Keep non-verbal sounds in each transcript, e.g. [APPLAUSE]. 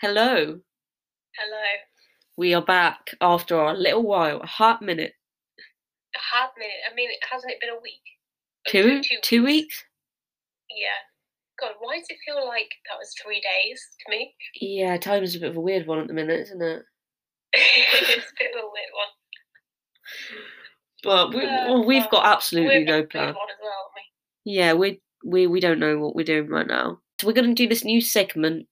Hello. Hello. We are back after a little while, a hot minute. A hard minute. I mean, hasn't it been a week? Or Two, two two weeks? Yeah. God, why does it feel like that was three days to me? [LAUGHS] Yeah, time is a bit of a weird one at the minute, isn't it? it's a bit of a weird one. But we, Uh, well, we've well, got [LAUGHS] absolutely We're no in a weird plan. one as well, aren't we? Yeah, we we we don't know what we're doing right now. So we're going to do this new segment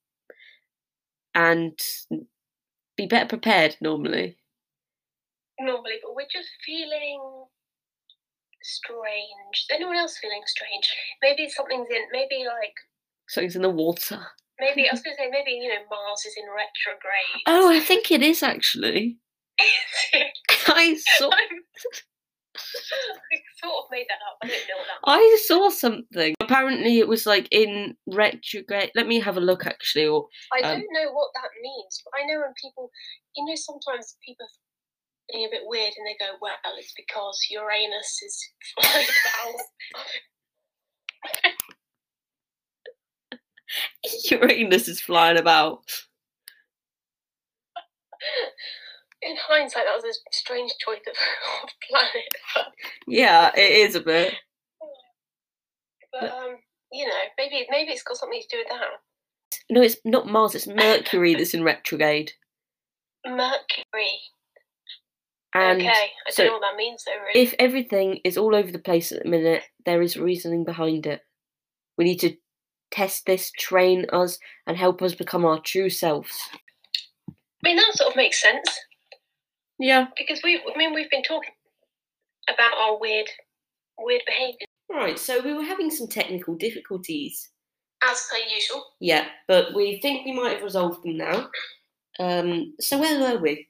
and be better prepared normally. Normally, but we're just feeling strange. Is anyone else feeling strange? Maybe something's in. Maybe like. Something's in the water. Maybe I was going to say maybe you know Mars is in retrograde. [LAUGHS] Oh, [LAUGHS] I think it is actually. [LAUGHS] I saw I'm- [LAUGHS] I sort of made that up. I don't know what [LAUGHS] that. I saw something. Apparently, it was like in retrograde. Let me have a look actually. Or I Um, don't know what that means, but I know when people, you know, sometimes people are being a bit weird and they go, well, it's because Uranus is [LAUGHS] flying about. [LAUGHS] Uranus is flying about. In hindsight, that was a strange choice of, [LAUGHS] of planet, but, Yeah, it is a bit. but um, you know, maybe maybe it's got something to do with that. No, it's not Mars. It's Mercury that's in retrograde. Mercury. And okay, I so- don't know what that means though, really. if everything is all over the place at the minute, there is reasoning behind it. We need to test this, train us, and help us become our true selves. I mean, that sort of makes sense Yeah. because we, I mean, we've been talking about our weird, weird behaviours All right. So we were having some technical difficulties. as per usual. Yeah, but we think we might have resolved them now. Um, so where were we?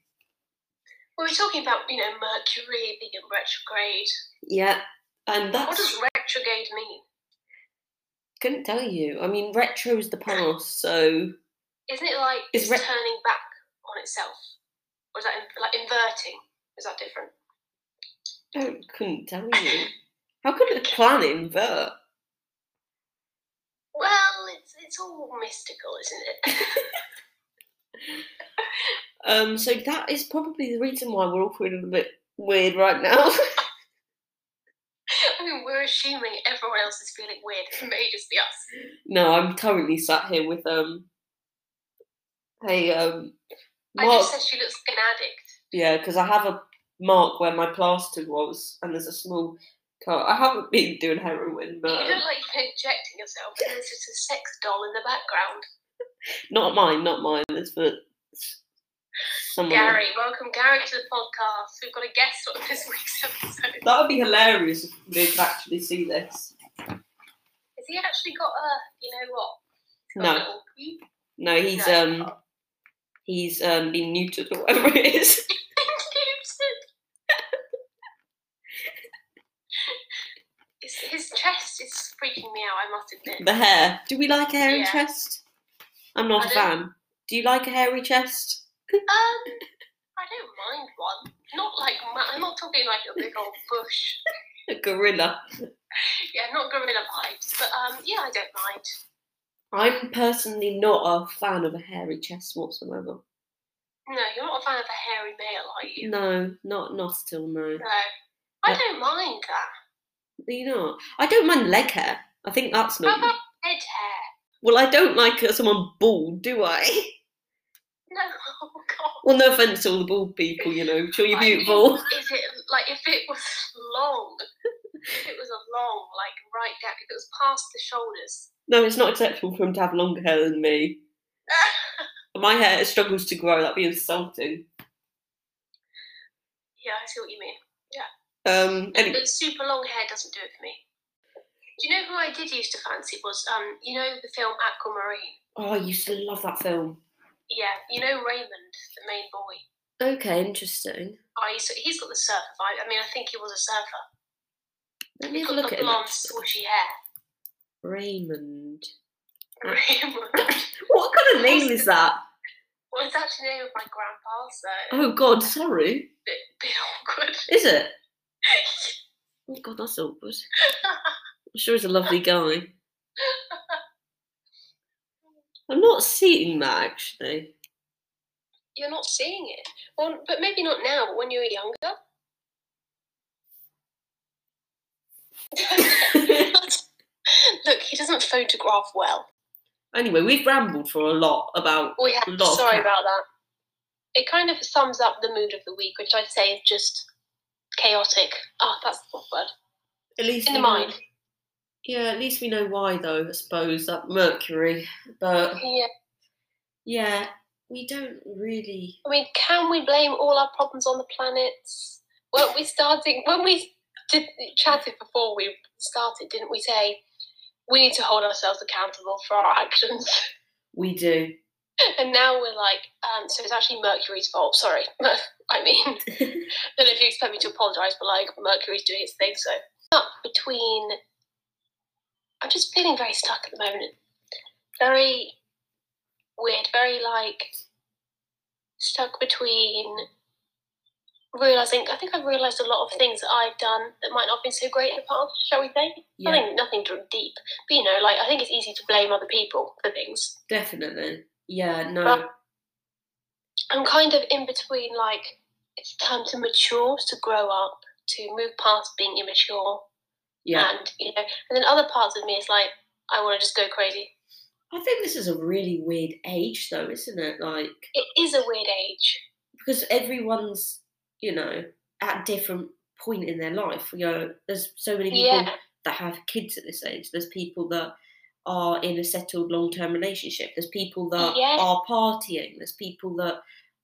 We were talking about, you know, Mercury being in retrograde. Yeah, and What that's does retrograde mean? couldn't tell you. I mean, retro is the past, so Isn't it like Is it's re- turning back on itself? Or is that in, like inverting? Is that different? I couldn't tell you. How could a plan invert? Well, it's it's all mystical, isn't it? Um, so that is probably the reason why we're all feeling a bit weird right now. [LAUGHS] [LAUGHS] I mean, we're assuming everyone else is feeling weird. It may just be us. no, I'm currently sat here with um, hey um, I Mark. just said she looks like an addict. Yeah, because I have a mark where my plaster was, and there's a small cut. I haven't been doing heroin, but You look like you've been injecting yourself, and there's just a sex doll in the background. not mine, not mine. It's for s- someone. else. Gary, welcome Gary to the podcast. We've got a guest on this week's episode. That would be hilarious if they could actually see this. Has he actually got a, you know what? Got a No, little peep? no, he's No. um, he's um, been neutered or whatever it is. [LAUGHS] His, his chest is freaking me out, I must admit. The hair. Do we like a hairy Yeah. chest? I'm not I a don't- fan. Do you like a hairy chest? Um, I don't mind one. Not like ma- I'm not talking like a big old bush. A gorilla. Yeah, not gorilla vibes, but um, yeah, I don't mind. I'm personally not a fan of a hairy chest whatsoever. No, you're not a fan of a hairy male, are you? No, not not still no. No. I No. don't mind that. Are you not? I don't mind leg hair. I think [LAUGHS] that's How about not. head hair? Well, I don't like uh, someone bald, do I? [LAUGHS] No, [LAUGHS] oh god. Well, no offense to all the bald people, you know. Sure, you're I mean, beautiful. Is it like if it was long? If it was a long, like right down, if it was past the shoulders, No, it's not acceptable for him to have longer hair than [LAUGHS] me. My hair struggles to grow. That'd be insulting. Yeah, I see what you mean. Um. Any- But super long hair doesn't do it for me. Do you know who I did used to fancy was um you know the film Aquamarine? oh, I used to love that film. Yeah, you know Raymond, the main boy. Okay, interesting. I used to, he's got the surfer vibe. I mean, I think he was a surfer. Let me He's have a got look the at it. blonde, swooshy hair. [LAUGHS] Raymond. Yeah. Raymond What kind of name is that? well, it's actually the name of my grandpa, so a Oh God, sorry. bit, bit [LAUGHS] awkward. Is it? Oh God, that's awkward. I'm sure he's a lovely guy. I'm not seeing that actually. [LAUGHS] you're not seeing it. Well, but maybe not now, but when you were younger. [LAUGHS] Look, he doesn't photograph well. Anyway, we've rambled for a lot about. We have, Lot of sorry crap. about that. It kind of sums up the mood of the week, which I'd say is just chaotic. Oh, that's the word. At least In the we know- mind. Yeah, at least we know why, though. I suppose that Mercury, but Yeah. yeah, we don't really. I mean, can we blame all our problems on the planets? Well, we starting when we did, chatted before we started, didn't we say we need to hold ourselves accountable for our actions? We do. And now we're like, um, so it's actually Mercury's fault. Sorry, [LAUGHS] I mean, don't know if you expect me to apologise, but like Mercury's doing its thing, so up between. I'm just feeling very stuck at the moment. Very weird. Very like stuck between realizing. I think I've realised a lot of things that I've done that might not have been so great in the past. Shall we say? Yeah, Nothing, nothing dr- deep, but you know, like I think it's easy to blame other people for things. definitely. Yeah, no. But- I'm kind of in between like it's time to mature, to grow up, to move past being immature, Yeah, and you know, and then other parts of me is like I want to just go crazy. I think this is a really weird age, though, isn't it? Like It is a weird age. because everyone's, you know, at a different point in their life. You know, there's so many people Yeah, that have kids at this age. There's people that are in a settled long term relationship. There's people that Yeah. are partying. There's people that,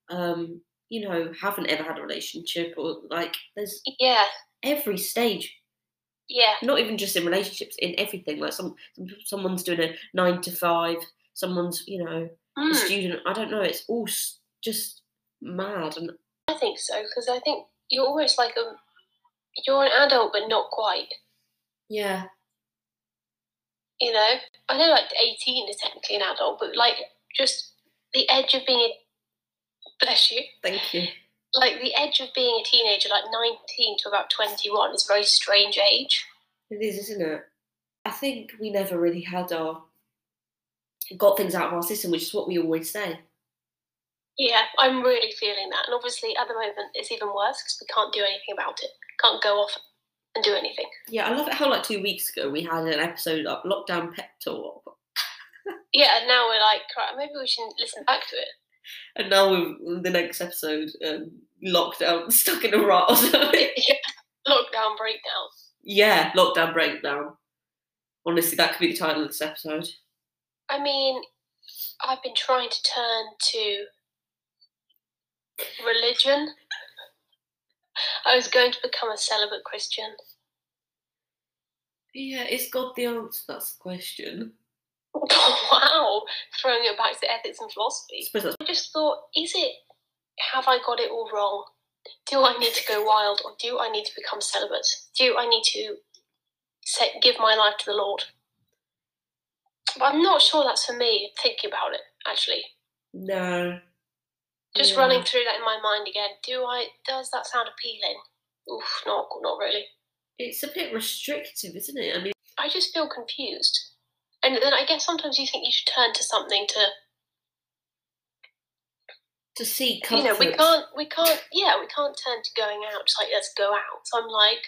um, you know, haven't ever had a relationship or like there's yeah, every stage, yeah, not even just in relationships, in everything. Like some, someone's doing a nine to five, someone's, you know, a mm, student. I don't know. It's all s- just mad. And I think so because I think you're almost like a you're an adult but not quite. yeah, You know, I know like 18 is technically an adult, but like just the edge of being a bless you. thank you. like the edge of being a teenager, like 19 to about 21, is a very strange age. It is, isn't it? I think we never really had our got things out of our system, which is what we always say. Yeah, I'm really feeling that. And obviously, at the moment, it's even worse because we can't do anything about it. Can't go off and do anything. Yeah, I love it how like two weeks ago we had an episode of lockdown pep talk, Yeah, and now we're like, crap, maybe we should listen back to it. and now we're the next episode um, lockdown [LAUGHS] stuck in a rut. or something. Lockdown breakdown. yeah, lockdown breakdown. Honestly, that could be the title of this episode. I mean, I've been trying to turn to religion. I was going to become a celibate Christian. [LAUGHS] Yeah, is God the answer? That's the question. wow, throwing it back to ethics and I philosophy. suppose that's I just thought, is it, have I got it all wrong? Do I need to go wild or do I need to become celibate? Do I need to set, give my life to the Lord? But I'm not sure that's for me, thinking about it, actually. no. Just Yeah. running through that in my mind again. Do I, does that sound appealing? Oof, not, not really. It's a bit restrictive, isn't it? I mean, I just feel confused. And then I guess sometimes you think you should turn to something to to see you comfort. know, we can't, we can't, yeah, we can't turn to going out. Just like, let's go out. So I'm like,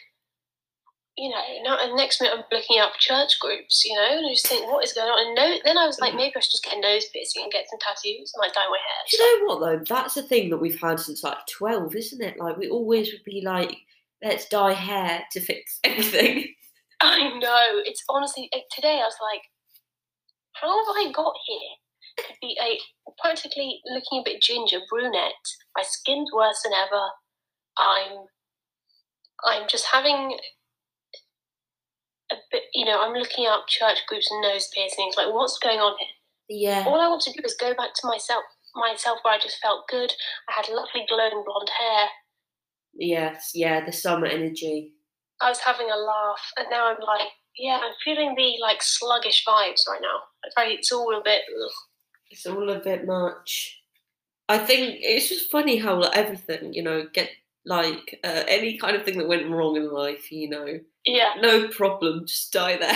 you know, now and next minute I'm looking up church groups, you know, and I just think, what is going on? And no, then I was like, maybe I should just get a nose piercing and get some tattoos and like dye my hair. Do Mm. you know what though? That's a thing that we've had since like twelve, isn't it? Like we always would be like, let's dye hair to fix [LAUGHS] everything. I know. It's honestly like, today I was like, how have I got here? To be a practically looking a bit ginger brunette. My skin's worse than ever. I'm I'm just having a bit you know, I'm looking up church groups and nose piercings, like what's going on here? Yeah. All I want to do is go back to myself myself where I just felt good. I had lovely glowing blonde hair. Yes. Yeah. The summer energy. I was having a laugh, and now I'm like, yeah, I'm feeling the like sluggish vibes right now. Like, right, it's all a bit. ugh. It's all a bit much. I think it's just funny how like, everything, you know, get like uh, any kind of thing that went wrong in life, you know, Yeah. [LAUGHS] no problem, just die [LAUGHS] there.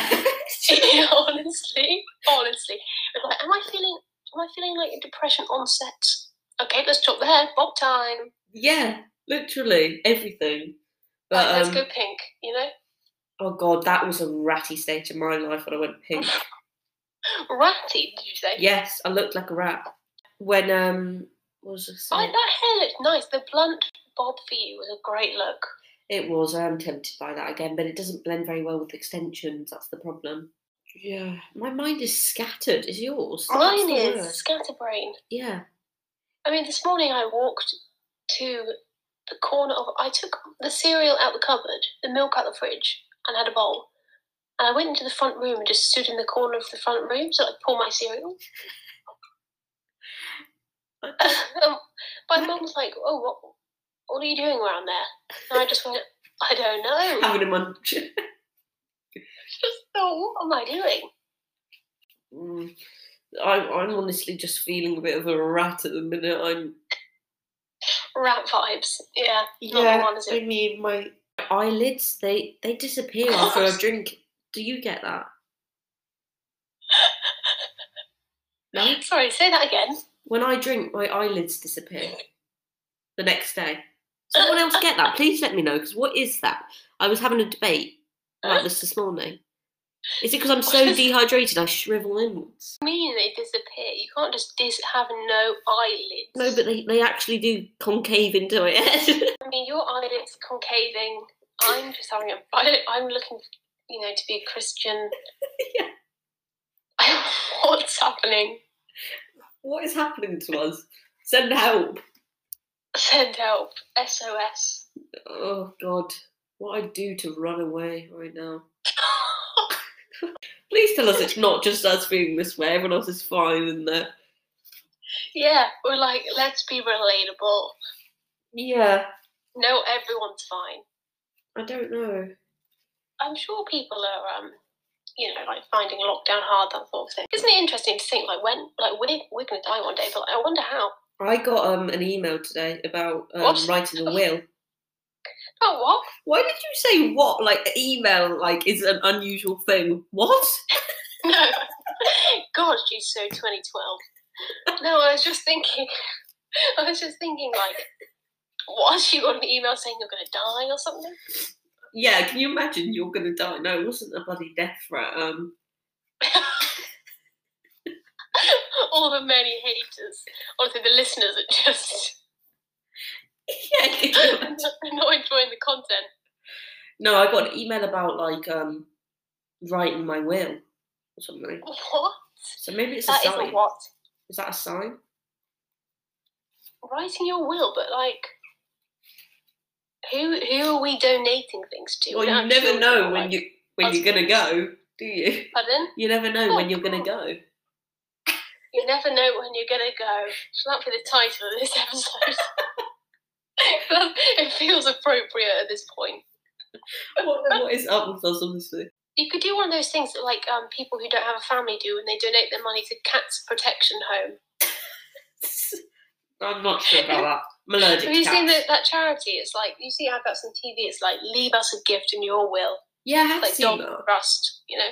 honestly, honestly, It's like, am I feeling? Am I feeling like a depression onset? Okay, let's chop the hair. Bob time. Yeah, literally everything. Like, But let's um, go pink. You know, oh god, that was a ratty stage of my life when I went pink. ratty. Did you say? yes, I looked like a rat when um what was I I, saying? that hair looked nice. The blunt bob for you was a great look. It was. I am tempted by that again, but it doesn't blend very well with extensions. That's the problem. Yeah, my mind is scattered. Is yours? That's Mine the is word. scatterbrain. Yeah. I mean, this morning I walked to the corner of. I took the cereal out the cupboard, the milk out the fridge, and had a bowl. And I went into the front room and just stood in the corner of the front room so I could pour my cereal. um, my mum was like, "Oh, what? What are you doing around there?" And I just went, "I don't know." [LAUGHS] Having a munch. [LAUGHS] just thought, "What am I doing?" Mm. I'm, I'm honestly just feeling a bit of a rat at the minute. I'm Rat vibes. Yeah. not the yeah. one, is I it? mean, my eyelids they they disappear after [LAUGHS] I drink. Do you get that? No. Sorry, say that again. When I drink, my eyelids disappear the next day. Someone else get that? Please let me know because what is that? I was having a debate about this this morning. Is it because I'm so dehydrated I shrivel inwards? mean they disappear. You can't just dis- have no eyelids. No, but they, they actually do concave into it. [LAUGHS] I mean your eyelids concaving. I'm just having a. [LAUGHS] I don't, I'm looking, you know, to be [LAUGHS] a Christian. Yeah. What's happening? what is happening to us? Send help. Send help. SOS. Oh, God. What I do to run away right now. [LAUGHS] Please tell us it's not just us being this way. Everyone else is fine and they yeah, we're like, let's be relatable. Yeah. No, everyone's fine. I don't know. I'm sure people are, um, you know, like finding lockdown hard, that sort of thing. Isn't it interesting to think, like, when, like, we're, we're going to die one day, but I wonder how. I got um an email today about um, What? writing a will. Oh, what? Why did you say what? Like email like is an unusual thing. What? No. [LAUGHS] God, she's so 2012. No, I was just thinking, [LAUGHS] I was just thinking, like, what? She got an email saying you're going to die or something? [LAUGHS] Yeah, can you imagine you're gonna die? No, it wasn't a bloody death threat. Um [LAUGHS] All the many haters. Obviously, the listeners are just [LAUGHS] Yeah, can you imagine? not enjoying the content. No, I got an email about like um writing my will or something. What? So maybe it's a That sign. isn't what? Is that a sign? Writing your will, but like, who who are we donating things to? Well, We don't you have never children, know like- when you when you're gonna go, do you? Pardon? You never know when Oh, you're gonna God. go. You never know when you're gonna go. Shall that be the title of this episode? [LAUGHS] That- it feels appropriate at this point. What, what is up with us, honestly? You could do one of those things that like um, people who don't have a family do when they donate their money to Cats Protection Home. [LAUGHS] I'm not sure about that. I'm allergic Have to you seen cats. that that charity? It's like you see adverts on TV. It's like leave us a gift in your will, Yeah, I have like seen dog that. trust. You know?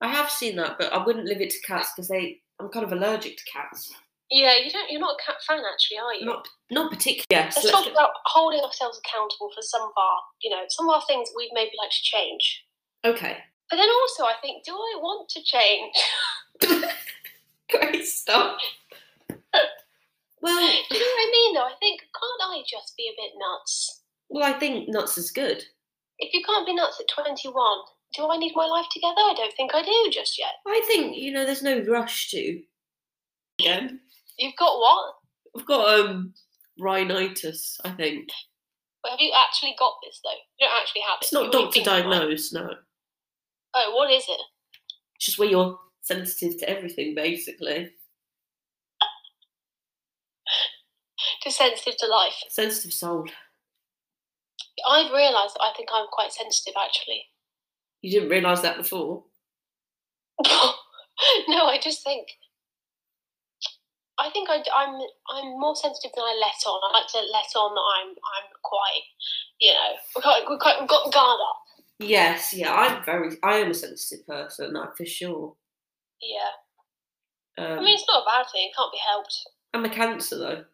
I have seen that, but I wouldn't leave it to cats because they. I'm kind of allergic to cats. Yeah, you don't. You're not a cat fan, actually, are you? Not not particularly. Yes. Let's let's talk go- about holding ourselves accountable for some of our, you know, some of our things we'd maybe like to change. Okay. [LAUGHS] But then also, I think, do I want to change? Great [LAUGHS] stuff. well, Do you know what I mean? Though I think can't I just be a bit nuts? well, I think nuts is good. If you can't be nuts at twenty-one, do I need my life together? I don't think I do just yet. I think you know, there's no rush to. Again, You've got what? I've got um rhinitis. I think But have you actually got this though? You don't actually have it. it's You not really doctor think you might. diagnosed. No, it's Oh, what is it? just where you're sensitive to everything, basically. Just sensitive to life. Sensitive soul. I've realised that I think I'm quite sensitive actually. [LAUGHS] You didn't realise that before. no, I just think. I think I, am I'm more sensitive than I let on. I like to let on that I'm I'm quite, you know, we're quite, we're quite, we've got guard up. Yes, yeah, I'm very. I am a sensitive person, like, for sure. Yeah, Um, I mean it's not a bad thing. It can't be helped. I'm a cancer though.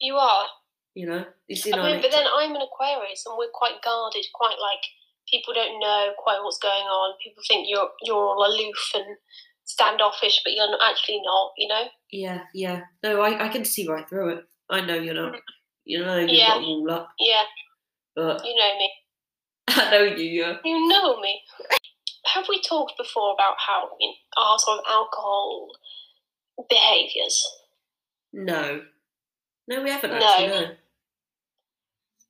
You are. You know, it's in I our mean, but nature. then I'm an Aquarius, and we're quite guarded, quite like people don't know quite what's going on. People think you're you're all aloof and standoffish, but you're not, actually not. You know. Yeah, yeah. No, I, I can see right through it. I know you're not. You know you've Yeah. got a wall up, Yeah, but [LAUGHS] you know me. I know you. Yeah. You know me. Have we talked before about how in our sort of alcohol behaviours? No. No, we haven't No. actually. No.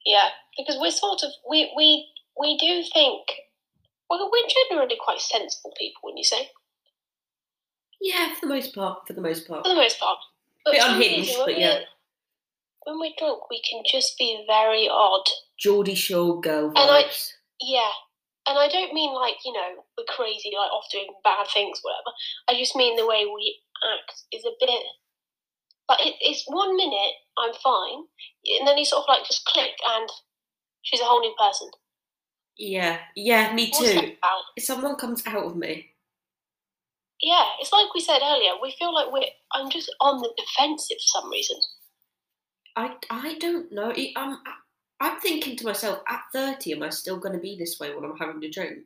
Yeah, because we're sort of we we we do think. Well, we're generally quite sensible people, wouldn't you say? Yeah, for the most part. For the most part. for the most part. But Bit for some unhinged, reason, when but yeah. we're- When we're drunk, we can just be very odd. Geordie Shore girl vibes. And I- Yeah. And I don't mean like, you know, we're crazy, like off doing bad things, whatever. I just mean the way we act is a bit. But it, it's one minute, I'm fine. And then you sort of like just click and she's a whole new person. Yeah, yeah, me What's that too. about? If someone comes out of me, Yeah, it's like we said earlier, we feel like we're. I'm just on the defensive for some reason. I I don't know. It, um, I- I'm thinking to myself, at 30, am I still going to be this way when I'm having a drink?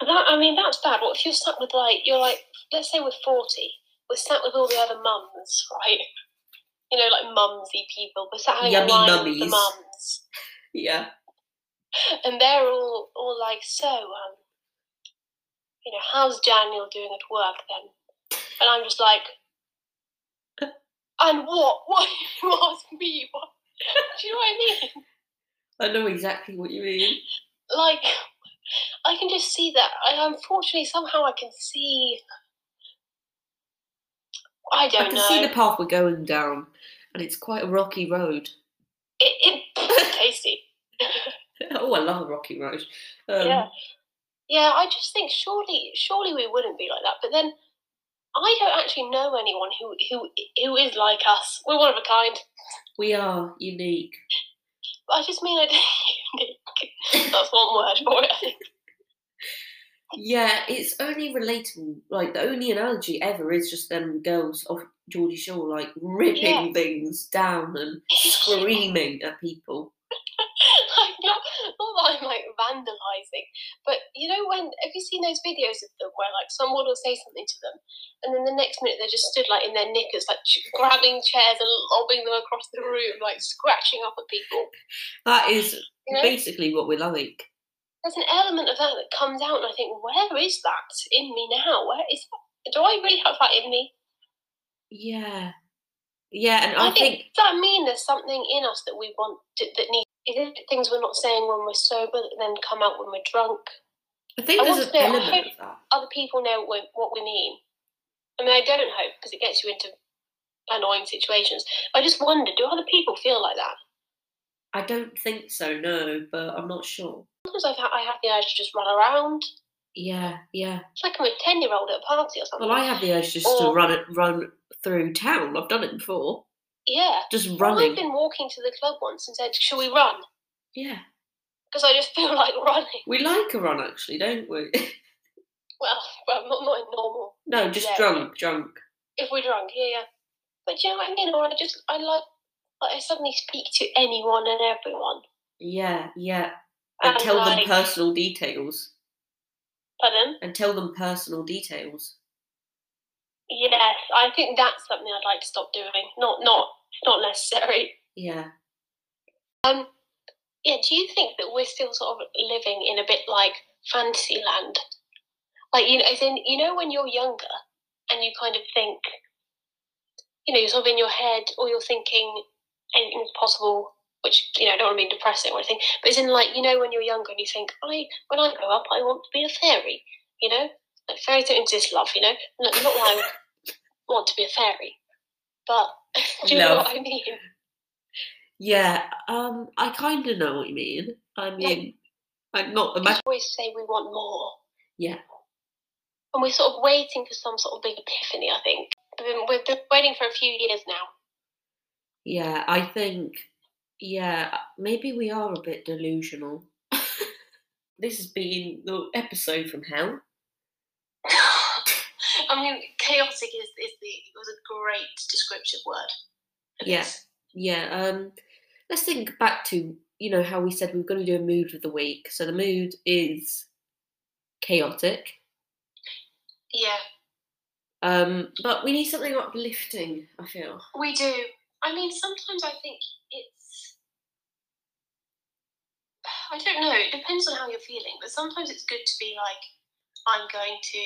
That I mean, that's bad. What if you're sat with like you're like, let's say we're forty, we're sat with all the other mums, right? You know, like mumsy people. We're sat having Yummy a line with the mummies. mums, Yeah. and they're all all like, so um, you know, how's Daniel doing at work then? And I'm just like, and what? [LAUGHS] What you ask me? What? Do you know what I mean? I know exactly what you [LAUGHS] mean. like I can just see that. I unfortunately somehow I can see. I I don't can know. see the path we're going down, and it's quite a rocky road. [LAUGHS] It, it [LAUGHS] tasty. oh, I love a rocky road. [LAUGHS] Um, Yeah. Yeah, I just think surely, surely we wouldn't be like that. But then I don't actually know anyone who who who is like us. We're one of a kind. We are unique. But I just mean I don't. [LAUGHS] That's one word for it. I think. Yeah, it's only relatable. Like the only analogy ever is just them girls off Geordie Shore, like ripping Yeah. things down [LAUGHS] and screaming at people. like [LAUGHS] not, not that I'm like vandalizing, but you know when have you seen those videos of them where like someone will say something to them, and then the next minute they just stood like in their knickers, like ch- grabbing chairs and lobbing them across the room, like scratching up at people. That is You know, basically what we're like. there's an element of that that comes out, and I think, where is that in me now? Where is that? Do I really have that in me? Yeah. Yeah, and I, I, think, think, does that mean there's something in us that we want to, that needs. Is it things we're not saying when we're sober that then come out when we're drunk? I think I there's an want to know, I element hope- of that. other people know what, what we mean. I mean, I don't hope because it gets you into annoying situations. I just wonder, do other people feel like that? I don't think so, no, but I'm not sure. Sometimes I've ha- I have the urge to just run around. Yeah, yeah. It's like I'm a ten year old at a party or something. Well, I have the urge just to Or- run it, run through town. I've done it before. yeah. Just Well, running. I've been walking to the club once and said, "Shall we run?" Yeah, Because I just [LAUGHS] feel like running. we like a run actually, don't we? [LAUGHS] Well, well, not not in normal. no, just Yeah. drunk, drunk. If we're drunk, yeah, yeah. But do you know what I mean? Or I just I like, like I suddenly speak to anyone and everyone. Yeah, yeah. And And, tell them like- personal details. Pardon? And tell them personal details. Yes, I think that's something I'd like to stop doing. Not not not necessary. Yeah. Um, yeah. Do you think that we're still sort of living in a bit like fantasy land? Like you know, as in you know when you're younger and you kind of think, you know, you're sort of in your head or you're thinking anything's possible. Which you know, I don't want to be depressing or anything, but it's in like you know when you're younger and you think, I when I grow up, I want to be a fairy. You know, like fairies don't exist, love. You know, not, not that I want to be a fairy, but [LAUGHS] do you know Love. what I mean? Yeah. Um, I kind of know what you mean. I mean, I'm not. We Imagine- always say we want more. Yeah. And we're sort of waiting for some sort of big epiphany, I think. We've been, we've been waiting for a few years now. [LAUGHS] yeah, I think. Yeah, maybe we are a bit delusional. [LAUGHS] this has been the episode from hell. I mean, chaotic is, is the was a great descriptive word. Yeah. yeah, um, let's think back to you know how we said we were going to do a mood of the week. So the mood is chaotic, Yeah, um, but we need something uplifting. I feel. we do. I mean, sometimes I think it's. I don't know, it depends on how you're feeling, but sometimes it's good to be like, I'm going to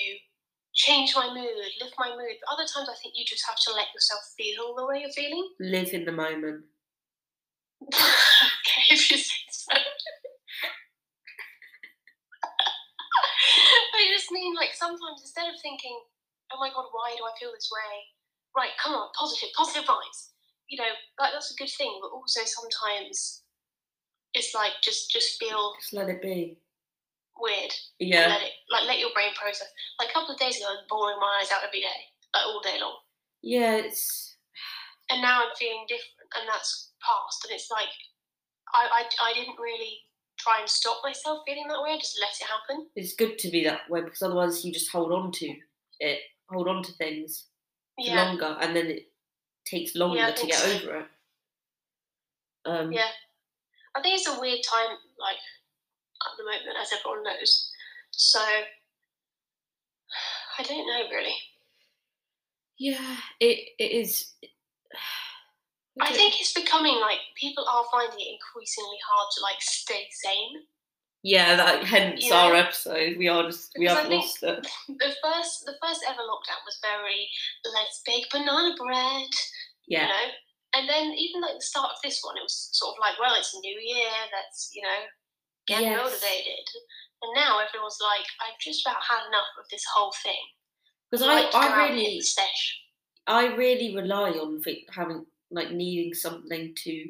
change my mood, lift my mood. But other times I think you just have to let yourself feel the way you're feeling. Live in the moment. okay, [LAUGHS] if you say so. I just mean, like, sometimes instead of thinking, oh my god, why do I feel this way? Right, come on, positive, positive vibes. You know, like, that's a good thing, but also sometimes it's like, just just feel Just let it be. weird. Yeah. Let it, like, let your brain process. Like, a couple of days ago, I was boring my eyes out every day, like, all day long. Yeah. It's and now I'm feeling different, and that's past. And it's like I, I, I didn't really try and stop myself feeling that way. I just let it happen. it's good to be that way because otherwise you just hold on to it, hold on to things for Yeah, longer, and then it takes longer Yeah, I to think get so. over it. Um, Yeah. I think it's a weird time, like at the moment, as everyone knows. So [SIGHS] I don't know really. Yeah, it it is. [SIGHS] I think it's becoming like people are finding it increasingly hard to like stay sane. yeah, that hence Yeah. our episode. We are just we Because have I think- lost it. The first, the first ever lockdown was very let's bake banana bread. you Yeah, know. And then even like the start of this one, it was sort of like, well, it's a new year. Let's you know get Yes. motivated. And now everyone's like, I've just about had enough of this whole thing. because I'd I like to go out I and hit really the sesh. I really rely on fi- having like needing something to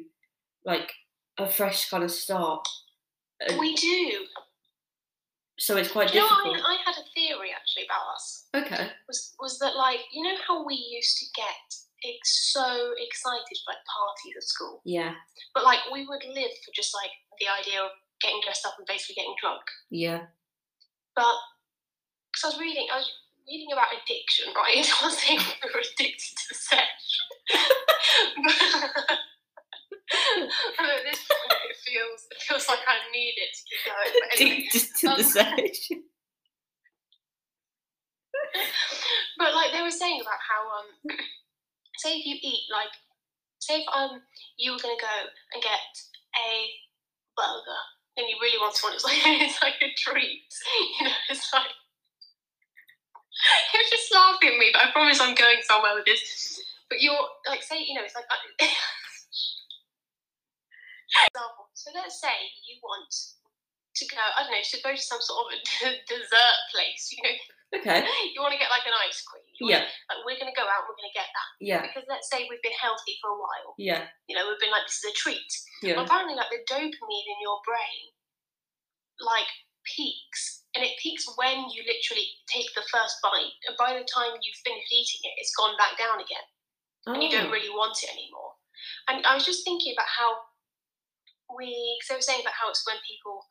like a fresh kind of start. And We do. so it's quite Do you know, difficult. I, I had a theory actually about us. okay. Was was that like you know how we used to get ex- so excited for like parties at school, Yeah. but like we would live for just like the idea of getting dressed up and basically getting drunk. Yeah. but because I was reading, I was reading about addiction, right? [LAUGHS] And I was saying we were addicted to sex. [LAUGHS] and at this point, it feels it feels like I need it to keep going. But, anyway. Addicted to the Um, [LAUGHS] session. [LAUGHS] but like they were saying about how um, [CLEARS THROAT] say if you eat like, say if um you were gonna go and get a burger and you really wanted one, it's like [LAUGHS] it's like a treat, [LAUGHS] you know, it's like. [LAUGHS] You're just laughing at me, but I promise I'm going somewhere with this. But you're like, say, you know, it's like. uh, [LAUGHS] Example. So let's say you want to go, I don't know, to go to some sort of a [LAUGHS] dessert place. You know, Okay. [LAUGHS] you want to get like an ice cream. You wanna- Yeah. Like we're going to go out. We're going to get that Yeah. because let's say we've been healthy for a while. Yeah. You know, we've been like this is a treat. Well, Yeah. apparently, like the dopamine in your brain, like peaks, and it peaks when you literally take the first bite, and by the time you've finished eating it, it's gone back down again, and Um, you don't Oh, really want it anymore. And I was just thinking about how we, because I was saying about how it's when people,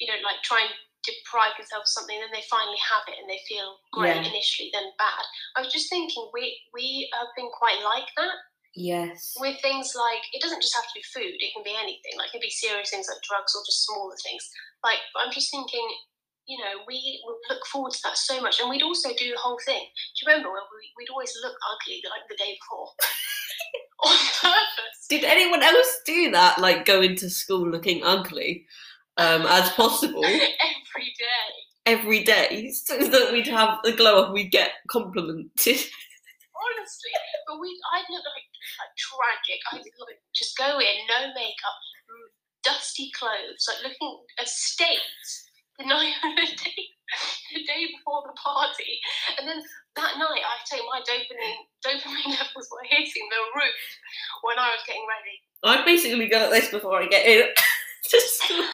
you know, like try and deprive themselves of something, then they finally have it, and they feel great Yeah. initially, then bad. I was just thinking we we have been quite like that yes. with things like it doesn't just have to be food it can be anything like it can be serious things like drugs or just smaller things like but i'm just thinking you know we would look forward to that so much and we'd also do the whole thing do you remember when we, we'd always look ugly like the day before [LAUGHS] on purpose Did anyone else do that? Like go into school looking ugly um, as possible [LAUGHS] every day every day, so that we'd have the glow up, we'd get complimented. [LAUGHS] honestly but we i'd look like, like tragic i'd look, just go in no makeup mm, dusty clothes like looking a state the [LAUGHS] night the day, the day before the party and then that night i take my dopamine dopamine [LAUGHS] levels were hitting the roof when i was getting ready I basically go like this before I get in, [LAUGHS] just to,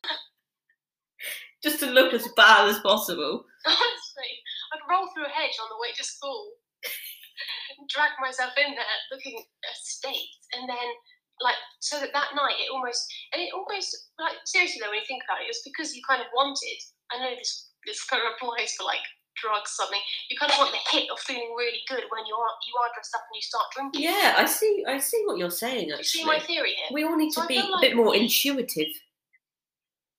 just to look as bad as possible. honestly i'd roll through a hedge on the way to school drag myself in there looking a state and then like so that that night it almost and it almost like seriously though when you think about it it was because you kind of wanted i know this this kind of applies for like drugs something. You kind of want the hit of feeling really good when you are you are dressed up and you start drinking. Yeah, I see. I see what you're saying. Do you see Actually, my theory here? we all need to So I be feel a like bit more we- intuitive.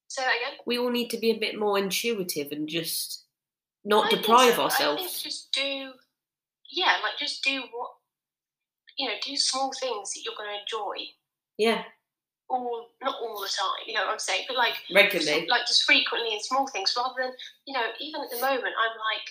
Say that again. We all need to be a bit more intuitive and just not I think deprive so. I think ourselves. just do, yeah, like just do what you know. Do small things that you're going to enjoy. Yeah, All not all the time, you know what I'm saying, but like regularly. like just frequently in small things rather than you know even at the moment i'm like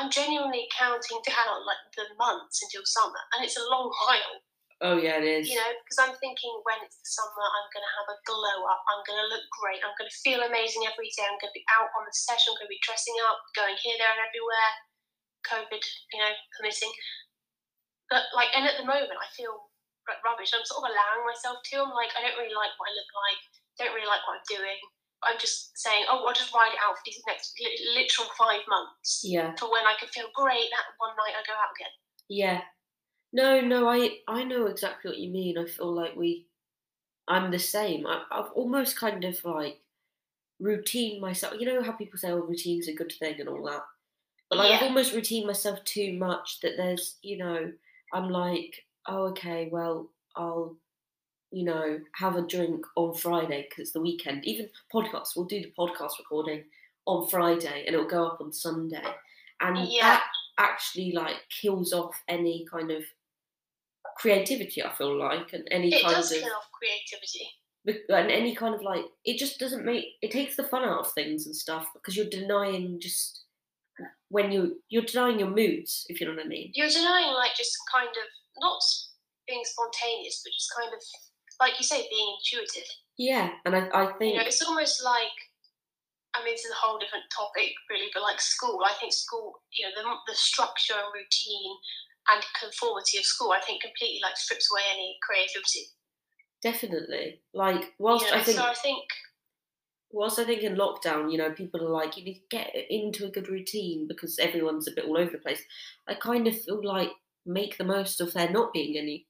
i'm genuinely counting down like the months until summer and it's a long while Oh yeah, it is. you know because i'm thinking when it's the summer i'm going to have a glow up i'm going to look great i'm going to feel amazing every day i'm going to be out on the session i'm going to be dressing up going here there and everywhere covid you know permitting but like and at the moment i feel like rubbish i'm sort of allowing myself to i'm like i don't really like what i look like don't really like what i'm doing i'm just saying oh i'll just ride it out for these next li- literal five months Yeah, for when i can feel great that one night i go out again yeah. No, no, I I know exactly what you mean. I feel like we, I'm the same. I, I've almost kind of like routine myself. You know how people say, "Oh, routine's a good thing" and all that. But like I've Yeah. almost routine myself too much that there's, you know, I'm like, oh, okay, well, I'll, you know, have a drink on Friday because it's the weekend. Even podcasts, we'll do the podcast recording on Friday and it'll go up on Sunday. And Yeah. that actually like kills off any kind of creativity, I feel like, and any it kind does of kill off creativity bec- and any kind of like it just doesn't make it takes the fun out of things and stuff because you're denying just when you you're denying your moods if you know what I mean. you're denying like just kind of not s- being spontaneous but just kind of like you say being intuitive Yeah, and I I you think know it's almost like i mean this is a whole different topic really but like school i think school you know the, the structure and routine and conformity of school i think completely like strips away any creativity definitely like you whilst know? I think so i think whilst I think in lockdown, you know, people are like, you need to get into a good routine because everyone's a bit all over the place. I kind of feel like make the most of there not being any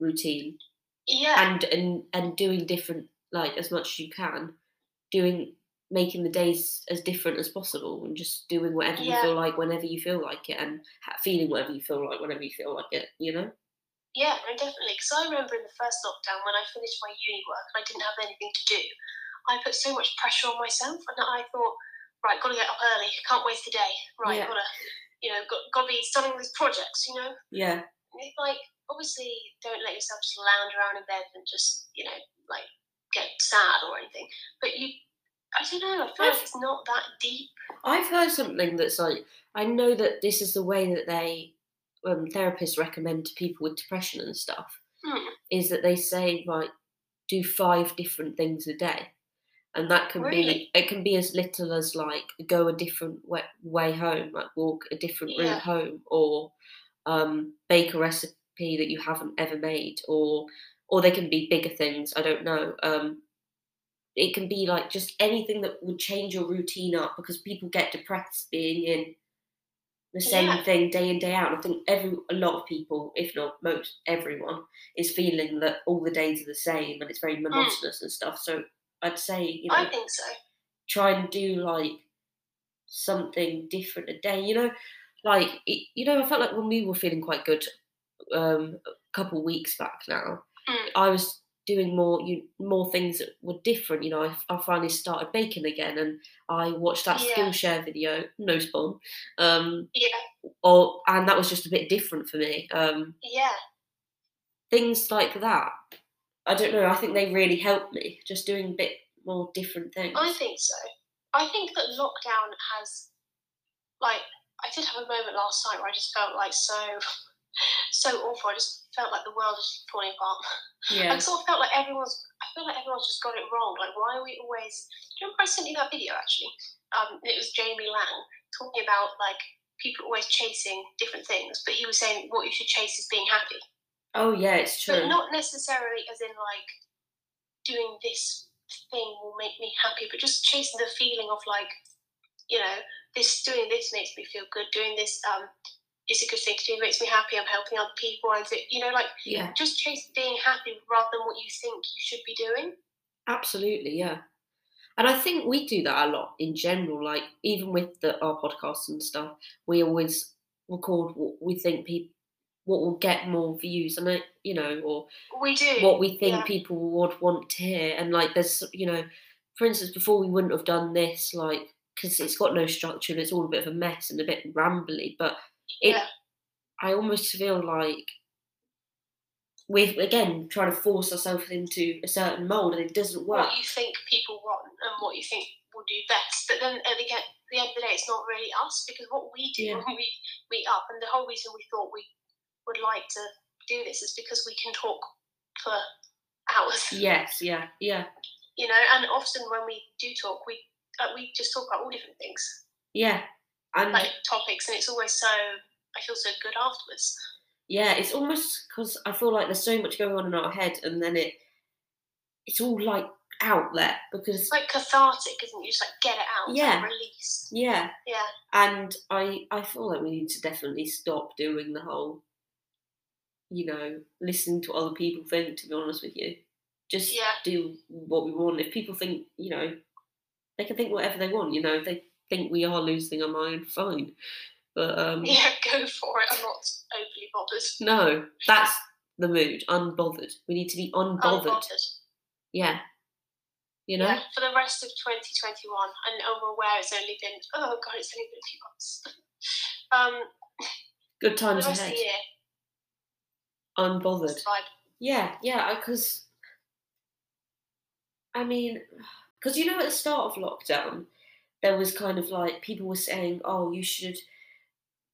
routine yeah and and and doing different like as much as you can, doing making the days as different as possible and just doing whatever you Yeah. feel like whenever you feel like it and ha- feeling whatever you feel like whenever you feel like it. You know? yeah no, definitely because i remember in the first lockdown when i finished my uni work and i didn't have anything to do i put so much pressure on myself and i thought right gotta get up early can't waste the day right Yeah. gotta you know got, gotta be starting with projects you know Yeah. it's like obviously don't let yourself just lounge around in bed and just you know like get sad or anything but you i don't know i feel like it's not that deep I've heard something that's like I know that this is the way that they um, therapists recommend to people with depression and stuff Hmm. is that they say like do five different things a day, and that can be Really? it can be as little as like go a different way, way home, like walk a different Yeah. route home, or um, bake a recipe that you haven't ever made, or or they can be bigger things. I don't know. Um, it can be like just anything that would change your routine up because people get depressed being in the same Yeah. thing day in day out. And I think every a lot of people, if not most everyone, is feeling that all the days are the same and it's very monotonous and stuff. So I'd say you know Hmm. i think so try and do like something different a day. You know, like it, you know, I felt like when we were feeling quite good um, a couple weeks back now, Mm. I was doing more you more things that were different. You know, I, I finally started baking again, and I watched that Yeah. Skillshare video, no spawn, um, yeah or and that was just a bit different for me. Um, yeah things like that. I don't know. I think they really helped me. Just doing a bit more different things. I think so. I think that lockdown has, like, I did have a moment last night where I just felt like so, [LAUGHS] so awful. I just felt like the world is falling apart. yeah. I sort of felt like everyone's. I feel like everyone's just got it wrong. Like, why are we always? Do you remember I sent you that video actually? Um, it was Jamie Lang talking about like people always chasing different things, but he was saying what you should chase is being happy. Oh yeah, it's true. But not necessarily as in like doing this thing will make me happy, but just chasing the feeling of like, you know, this doing this makes me feel good. Doing this um is a good thing to do. Makes me happy. I'm helping other people. And so- you know, like yeah. just chase being happy rather than what you think you should be doing. Absolutely, yeah. And I think we do that a lot in general. Like even with the, our podcasts and stuff, we always record what we think people what will get more views, and I, you know, or We do. what we think yeah. people would want to hear. And like, there's, you know, for instance, before we wouldn't have done this, like, because it's got no structure and it's all a bit of a mess and a bit rambly. But it, Yeah. I almost feel like we're again trying to force ourselves into a certain mold, and it doesn't work. what you think people want and what you think will do best. But then at the, ge- the end of the day, it's not really us because what we do Yeah. when we meet up, and the whole reason we thought we would like to do this is because we can talk for hours, Yes, yeah, yeah, [LAUGHS] you know. And often when we do talk, we uh, we just talk about all different things, yeah. And like topics, and it's always so. I feel so good afterwards. yeah, it's almost because I feel like there's so much going on in our head, and then it, it's all like out there because It's like cathartic, isn't it? You just like get it out, Yeah. like release. yeah, Yeah, and I I feel like we need to definitely stop doing the whole, you know, listening to what other people think. To be honest with you, just Yeah. [LAUGHS] do what we want. If people think, you know, they can think whatever they want. You know, if they think we are losing our mind, fine. But um, yeah, go for it. I'm not overly bothered. no, that's the mood. Unbothered. We need to be unbothered. Unbothered. Yeah, you know. Yeah, for the rest of 2021, and we're aware it's only been oh god, it's only been a few months. [LAUGHS] um, Good for times the rest of ahead. the year, Unbothered. just vibe. Yeah, yeah, because I mean, because you know, at the start of lockdown, there was kind of like people were saying, "Oh, you should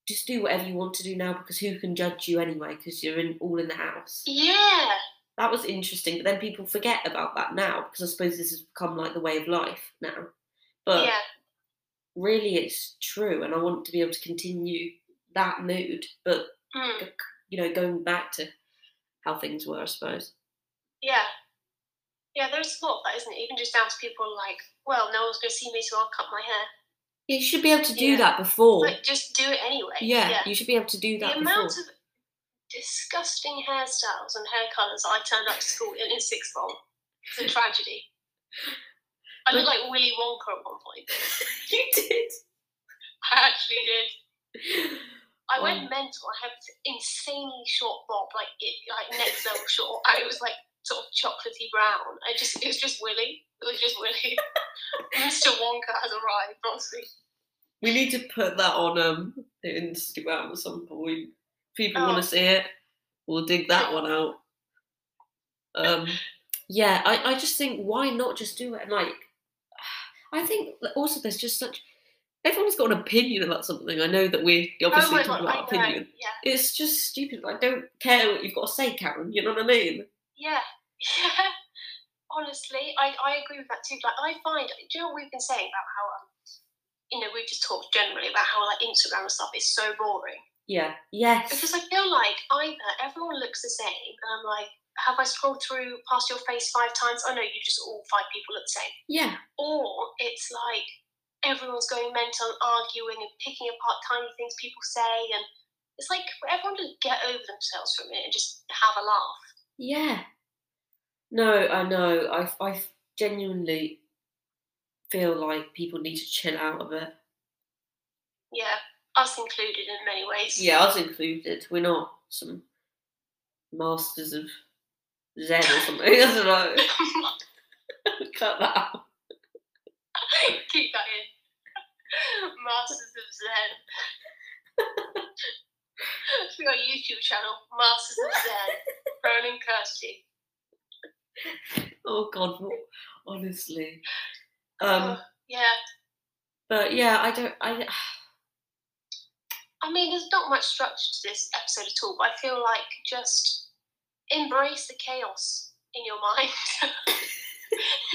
just do whatever you want to do now because who can judge you anyway? Because you're in all in the house." Yeah, That was interesting, but then people forget about that now because I suppose this has become like the way of life now. But yeah, really, it's true, and I want to be able to continue that mood, but mm, you know, going back to how things were, I suppose. yeah, yeah. There's a lot of that, isn't it? Even just down to people like, well, no one's going to see me, so I'll cut my hair. You should be able to do Yeah. that before. Like, just do it anyway. Yeah, you should be able to do The that before. amount of disgusting hairstyles and hair colours I turned up to school in, in sixth form is a tragedy. I looked like Willy Wonka at one point. [LAUGHS] you did. I actually did. I Um, went mental. I had this insanely short bob, like it, like next level short. And it was like sort of chocolatey brown. I just, it was just Willy. It was just Willy. [LAUGHS] Mr. Wonka has arrived. Honestly, We need to put that on um Instagram at some point. People Oh. want to see it. We'll dig that one out. Um, yeah, I, I just think why not just do it? And like, I think that also there's just such everyone's got an opinion about something. I know that we're obviously talking about Oh I know. opinion. Yeah, It's just stupid. I don't care what you've got to say, Karen. You know what I mean? yeah, yeah. [LAUGHS] Honestly, I, I agree with that too. Like I find, do you know what we've been saying about how, um, you know, we've just talked generally about how like Instagram and stuff is so boring. Yeah. Yes. Because I feel like either everyone looks the same, and I'm like, have I scrolled through past your face five times? Oh no, you just all five people look the same. yeah. Or it's like everyone's going mental and arguing and picking apart tiny things people say, and it's like everyone just get over themselves for a minute and just have a laugh. Yeah. No, I know. I, f- I f- genuinely feel like people need to chill out of it. Yeah, us included in many ways. Yeah, us included. We're not some masters of Zen or something. [LAUGHS] I don't know. [LAUGHS] Cut that out. [LAUGHS] Keep that in. [LAUGHS] Masters of Zen. [LAUGHS] we got a YouTube channel, Masters of Zen. Ronan Kirsty. Oh God, what, honestly. Um, Oh, yeah. but yeah, I don't. I [LAUGHS] I mean, there's not much structure to this episode at all, but I feel like just embrace the chaos in your mind. [LAUGHS]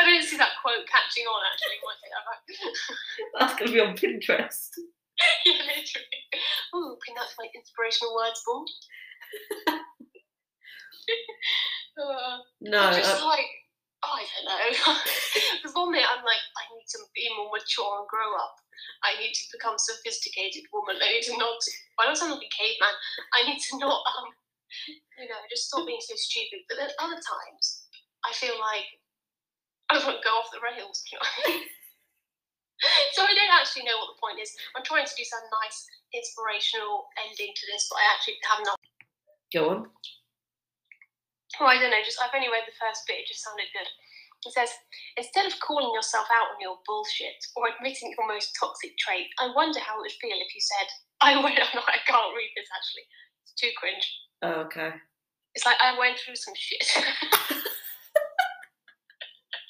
I don't see that quote catching on actually. Might take that back. that's gonna be on Pinterest. [LAUGHS] yeah, literally. Ooh, can that my inspirational words [LAUGHS] board? uh, No, I'm just uh, like, I don't know. [LAUGHS] Because one minute I'm like, I need to be more mature and grow up. I need to become sophisticated woman. I need to not, why don't I not be caveman? I need to not, um, you know, just stop being so stupid. But then other times, I feel like I won't go off the rails. do You know what [LAUGHS] I mean? so I don't actually know what the point is. I'm trying to do some nice inspirational ending to this, but I actually have not. Go on. Well, Oh, I don't know. Just I've only read the first bit. It just sounded good. It says, instead of calling yourself out on your bullshit or admitting your most toxic trait, I wonder how it would feel if you said, "I went. I'm not. [LAUGHS] I can't read this. Actually, it's too cringe." Oh, okay. It's like I went through some shit. [LAUGHS]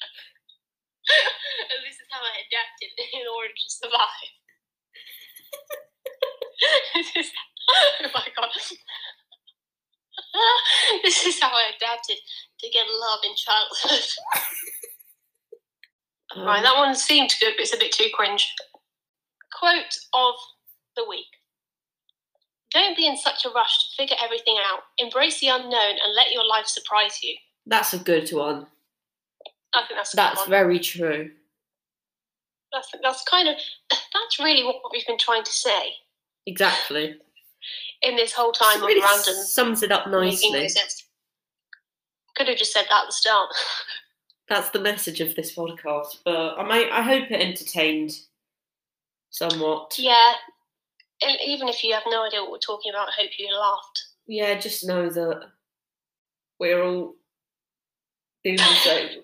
[LAUGHS] and this is how I adapted [LAUGHS] in order to survive. [LAUGHS] this is [LAUGHS] oh my god. [LAUGHS] this is how I adapted to get love in childhood. [LAUGHS] Um, Right, that one seemed good, but it's a bit too cringe. Quote of the week. Don't be in such a rush to figure everything out. Embrace the unknown and let your life surprise you. That's a good one. I think that's a good That's one. very true. that's that's kind of [LAUGHS] that's really what we've been trying to say Exactly. in this whole time Really of random sums it up making nicely. business. Could have just said that at the start. [LAUGHS] That's the message of this podcast. But I may, I hope it entertained somewhat. Yeah. And even if you have no idea what we're talking about, I hope you laughed. Yeah, just know that we're all doing the same.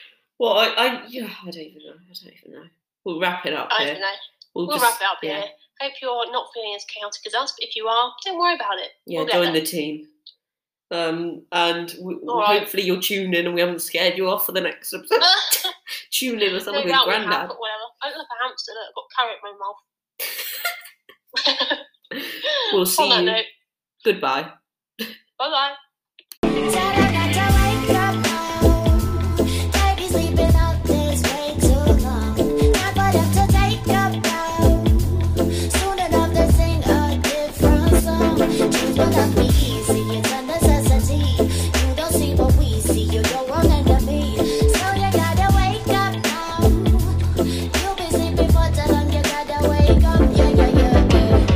[LAUGHS] well, I, I, yeah, I don't even know. I don't even know. We'll wrap it up I here. don't know. We'll, We'll, just- wrap it up Yeah, here. Hope you're not feeling as chaotic as us, but if you are, don't worry about it. [LAUGHS] yeah We'll get join there. the team. Um, and we, we- All right. Uh, hopefully you'll tune in and we haven't scared you off for the next episode. [LAUGHS] tune in or no something with doubt we have, Grandad. but whatever. I look like a hamster that I've got carrot in my mouth. We'll see [LAUGHS] On that you. note, [LAUGHS] Goodbye. bye bye. Said I got to wake up now. I've been sleeping out this way too long. Now but have to take up now. Soon enough, they sing a different song. Choose what I'm